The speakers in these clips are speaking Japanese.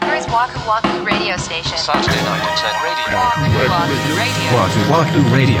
Waku Waku Radio Station. Saturday night at 10 radio. Waku Waku Radio.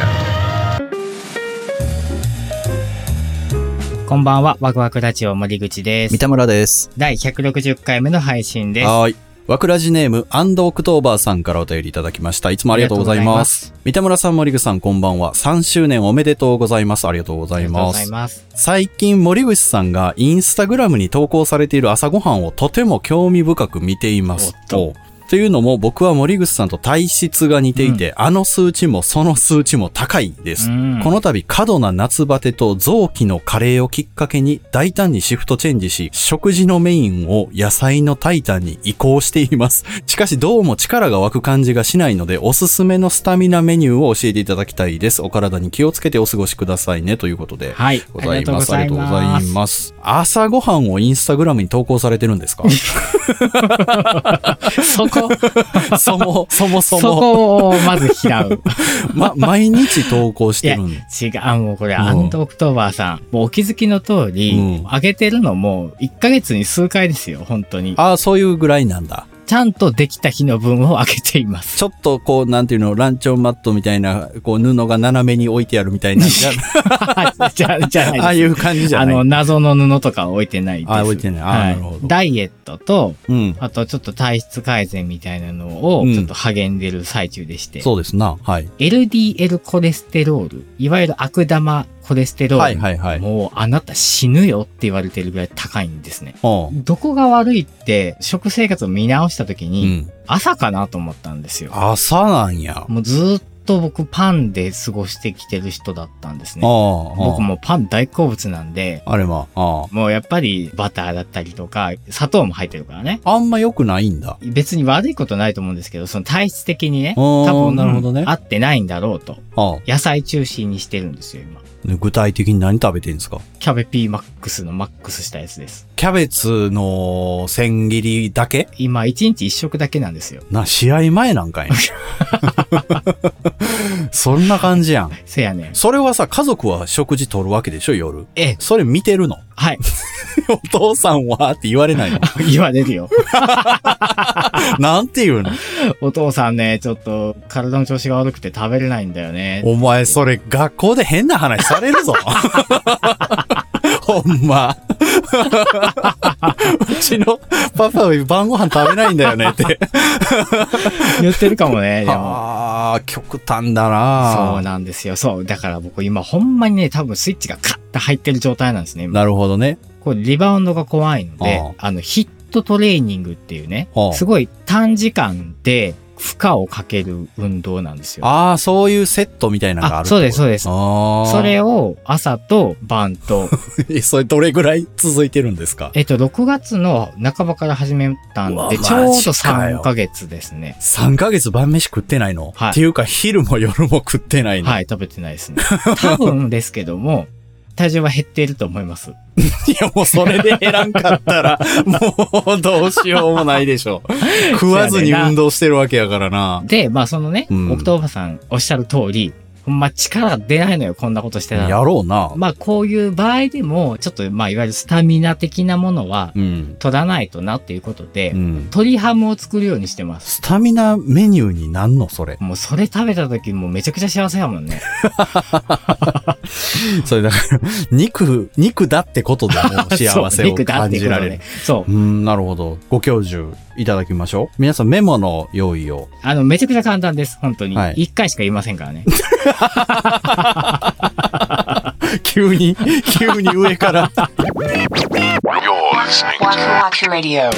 Wahoo Wahoo Radio. こんばんは、ワクワクラジオ森口です三。田村です。第160回目の配信です。はーい。わくらじネーム、アンドオクトーバーさんからお便りいただきました。いつもありがとうございます。三田村さん、森口さん、こんばんは。3周年おめでとうございます。ありがとうござありいがとうごまざいす。ます。最近、森口さんがインスタグラムに投稿されている朝ごはんをとても興味深く見ています。おっとおというのも、僕は森口さんと体質が似ていて、あの数値もその数値も高いです。うんこの度過度な夏バテと臓器の加齢をきっかけに大胆にシフトチェンジし、食事のメインを野菜のタイタンに移行しています。 しかしどうも力が湧く感じがしないので、おすすめのスタミナメニューを教えていただきたいです。お体に気をつけてお過ごしくださいね、ということで。はい。ございます。あありりががととうごうございまざいす。ます。朝ごはんをインスタグラムに投稿されてるんです かそこ、そも、そもそそも、こをまず 拾う。ま、毎日投稿してるんで。違う、もうこれ、うんアンドオクトーバーさん。もうお気づきの通り、うん上げてるのも1ヶ月に数回ですよ、本当に。ああ、そういうぐらいなんだ。ちゃんとできた日の分を上げています。 ちょっとこう、なんていうの、ランチョンマットみたいな、こう、布が斜めに置いてあるみたいな、 じゃじゃ、じゃないです。ああいう感じじゃあない。の、謎の布とかは置いてないです。あ置いてないあはいなるほどダイエットと、うん。あとちょっと体質改善みたいなのをうんちょっと励んでる最中でして、そうですな。はい。 LDL コレステロール、いわゆる悪玉コレステロール、はいはいはい。もうあなた死ぬよって言われてるぐらい高いんですね。おうどこが悪いって、食生活を見直した時うに、ん。朝かなと思ったんですよ。朝なんや。もうずーっと僕パンで過ごしてきてる人だったんですあね。あ。僕。もパン大好物なんで、あれは、あもうやっぱりバターだったりとか、砂糖も入ってるからね。あ。あんま良くないんだ。別に悪いことないと思うんですけど、その体質的にね、お多ー分なるほどね合ってないんだろうと。ああ。野菜中心にしてるんですよ、今。で具体的に何食べてるんですかキャベピーマックスのマックスしたやつです。キャベツの千切りだけ今、一日一食だけなんですよ。な、試合前な んかや。そんな感じやん。せやねん。それはさ、家族は食事取るわけでしょ、夜。ええ、それ見てるの はい。 お父さんはって言われないの言われる よ。なんて言うのお父さんね、ちょっと体の調子が悪くて食べれないんだよね。お前、それ学校で変な話さ れるぞ。ほんま。うちのパパは晩ご飯食べないんだよねって。言ってるかも ね、でも。ああ、極端だそうななんですよ。そう。だから僕今ほんまにね、多分スイッチがカッと入ってる状態なんですね。今なるほどね。こうリバウンドが怖いのであ、あの、ヒットトレーニングっていうねあ、あすごい短時間で負荷をかける運動なんですよ。ああ、そういうセットみたいなのがあるってことあそうですそうですああ。それを朝と晩と、 えそれどれぐらい続いてるんですかえっと、6月の半ばから始めたんうわで、ちょうどマジかよ3ヶ月ですね。 3ヶ月晩飯食ってないの、はいっていうか昼も夜も食ってないの、はい、食べてないですね。多分ですけども、体重は減っていると思います。いやもうそれで減らんかった ら、もうどうしようもないでしょ。 食わずに運動してるわけやからな。で、まあそのね、うん奥田さんおっしゃる通り、ほんま力出ないのよ、こんなことしてたらや。ろうな。まあこういう場合でも、ちょっとまあいわゆるスタミナ的なものはうん。取らないとなっていうことで、うん。鶏ハムを作るようにしてます。スタミナメニューになんのそれ。もうそれ食べた時もうめちゃくちゃ幸せやもんね。それだから、肉、肉だってことでもう 幸そせうを肉だっ感ていうじこらとれる。ね。そう。うん、なるほど。ご教授いただきましょう。皆さんメモの用意を。あの、めちゃくちゃ簡単です。本当に。一、はい回しか言いませんからね。 急に、急に上から。 You're listening Waku to Waku Radio.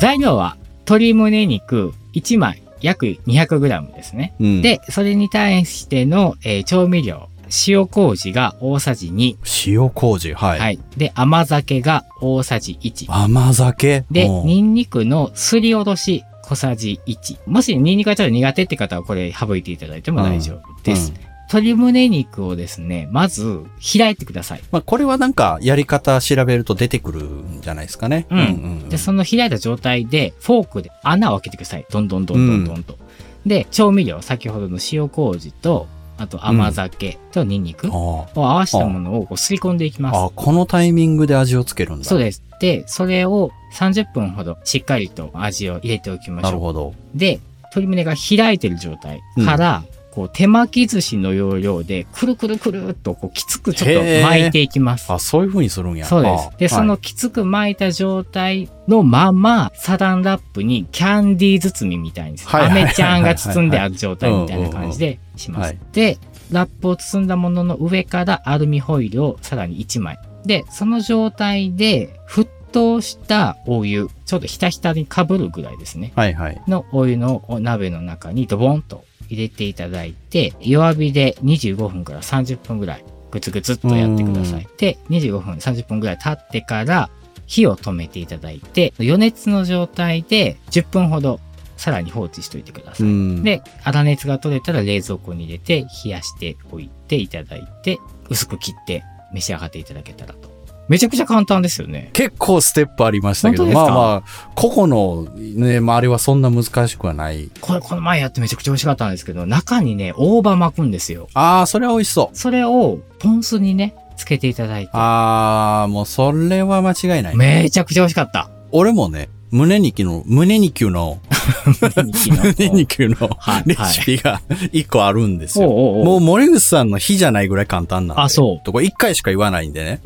材料は、鶏胸肉1枚、約 200g ですね。 うん、で、それに対しての、えー調味料、塩麹が大さじ2。塩麹、はい。はい。で、甘酒が大さじ1。甘酒。で、うんニンニクのすりおろし小さじ1。もしニンニクがちょっと苦手って方はこれ省いていただいても大丈夫です。うん鶏胸肉をですね、まず開いてください。まあ、これはなんか、やり方調べると出てくるんじゃないですかね。うんうんで、その開いた状態でフォークで穴を開けてください。どんどんどんどんどんどんと。で、調味料、先ほどの塩麹と、あと甘酒とニンニクをああ。合わせたものをこうすり込んでいきます。あ、このタイミングで味をつけるんだ。そうです。で、それを30分ほどしっかりと味を入れておきまなしるょほど。う。で、鶏胸が開いてる状態から、こう手巻き寿司の要領で、くるくるくるっとこうきつくちょっと巻いていきます。あ、そういう風にするんや。そうですあ。で、そ、のはいきつく巻いた状態のまま、サダンラップにキャンディー包みみたいにすはいる、はアいはいはいメちゃんが包んである状態みたいな感じでします。うんで、ラップを包んだものの上からアルミホイルをさらに1枚。で、その状態で沸騰したお湯、ちょっとひたひたにかぶるぐらいですね。はいはい。のお湯のお鍋の中にドボンと入れていただいて、弱火で25分から30分ぐらい、ぐつぐつっとやってください。で、25分、30分ぐらい経ってから、火を止めていただいて、余熱の状態で10分ほどさらに放置しておいてくだうさい。ん。で、粗熱が取れたら冷蔵庫に入れて冷やしておいていただいて、薄く切って召し上がっていただけたらと。めちゃくちゃ簡単ですよね。結構ステップありましたけど、本当でますあかまあ、個々のね、まああれはそんな難しくはない。これ、この前やってめちゃくちゃ美味しかったんですけど、中にね、大葉巻くんですよ。ああ、それは美味しそう。それをポン酢にね、つけていただいて。ああ、もうそれは間違いない。めちゃくちゃ美味しかった。俺もね、胸肉の、胸 肉の、胸肉のはいレシピが 一個あるんですおうよ。おうおうもう森口さんの火じゃないぐらい簡単なんで。あそうとこ一回しか言わないんでね。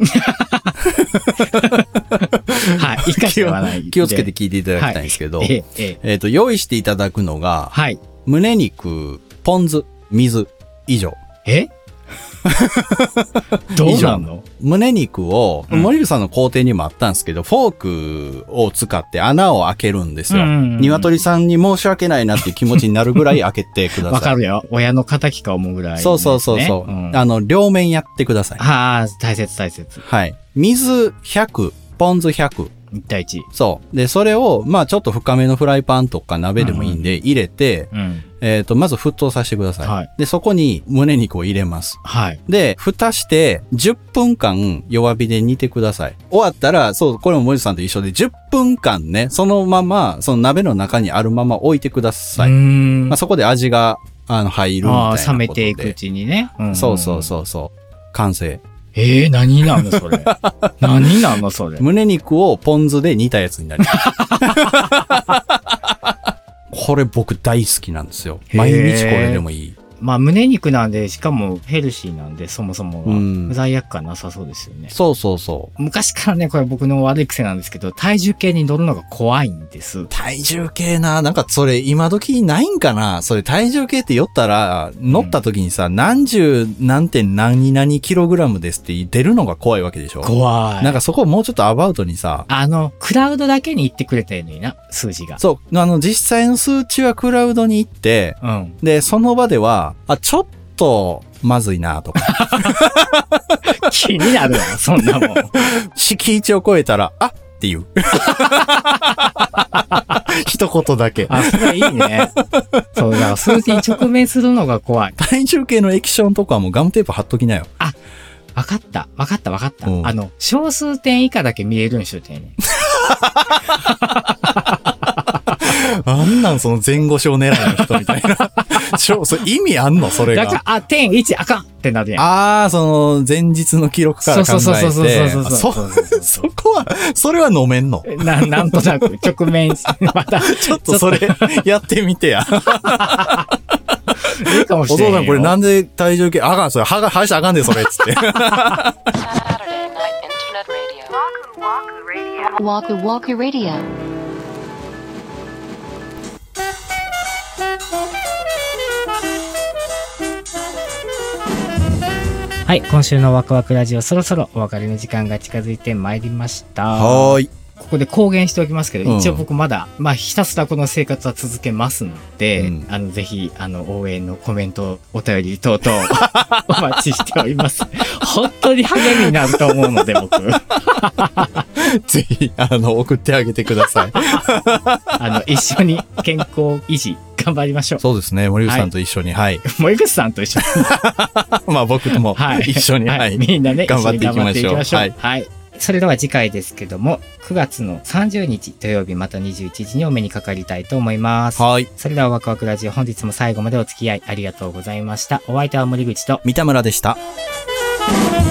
はい。一回しか言わない。 気をつけて聞いていただきたいんですけど。はいええ、ええ。えっ、と、用意していただくのが、はい。胸肉、ポン酢、水、以上。 えどうなの胸肉を、うん森口さんの工程にもあったんですけど、フォークを使って穴を開けるんですよ。うんうんうん鶏さんに申し訳ないなっていう気持ちになるぐらい開けてくださ い。わかるよ。親の仇か思うぐらい、そうそうそうそう、んあの、両面やってください。あー、大切大切。はい。水100、ポン酢100。一対一。そう。で、それを、まあちょっと深めのフライパンとか鍋でもいいんで、入れて、うん。えっ、と、まず沸騰させてください。はいで、そこに胸肉を入れます。はい。で、蓋して10分間弱火で煮てください。終わったら、そう、これも森田さんと一緒で10分間ね、そのまま、その鍋の中にあるまま置いてください。うーん。まあ、そこで味が、あの、入るみたいなあことで。ー冷めていくうちにね。んそうそうそうそう。完成。えー、何なのそ れ。何なのそれ。胸肉をポン酢で煮たやつに なります。これ僕大好きなんですよ。へー毎日これでもいい。まあ、胸肉なんで、しかもヘルシーなんで、そもそもが、うん罪悪感なさそうですよね。そうそうそう。昔からね、これ僕の悪い癖なんですけど、体重計に乗るのが怖いんです。体重計な、なんかそれ今時ないんかなそれ体重計って酔ったら、乗った時にさ、何十何点何々キログラムですって出るのが怖いわけでしょ怖なんかそこをもうちょっとアバウトにさ、あの、クラウドだけに言ってくれたらいいのにな、数字が。そう、あの実際の数値はクラウドに行って、うん。で、その場では、あ、ちょっと、まずいなとか、 気になるわ、そんなもん。敷地を超えたら、あって いう。一言だけ。あ、それいいね。そう、だから数字に直面するのが怖い。体重計の液晶のとこはもうガムテープ貼っときなよ。わかった、わかった、わかったう。んあの、小数点以下だけ見えるんしといてね。あんなんその前後症狙いの人みたいな。ちょ、それ意味あんのそれだがか。ら、あ、点、1、あかんってなるやん。ああ、その前日の記録から考えて。そうそうそうそうそうあそうそうそうそうそこは、それは飲めんの。ななんとな く、直面し、また、ちょっとそれやってみてや。いいかもしおれない。父さんこれなんで体重計、あかん、それ、はが、はしあかんで、それ、つって。 Saturday Night Internet Radio. Waku Waku Radio. はい、今週のワクワクラジオ、そろそろお別れの時間が近づいてまいりました。はーい。ここで公言しておきますけど、うん一応僕まだ、まあ、ひたすらこの生活は続けますので、うんあの、ぜひ、あの、応援のコメント、お便り等 々、お待ちしております。本当に励みになると思うので、僕。ぜひ、あの、送ってあげてください。あの、一緒に健康維持、頑張りましょう。そうですね、森口さんと一緒に、はい。森口さんと一緒に。まあ僕ともはい、 一緒に、はい。みんなね、頑張っていきまし一緒にょう頑張っていきましょう。ははいい。それでは次回ですけども、9月の30日土曜日また21時にお目にかかりたいと思います。はい。それではワクワクラジオ本日も最後までお付き合いありがとうございました。お相手は森口と三田村でした。 Thank you.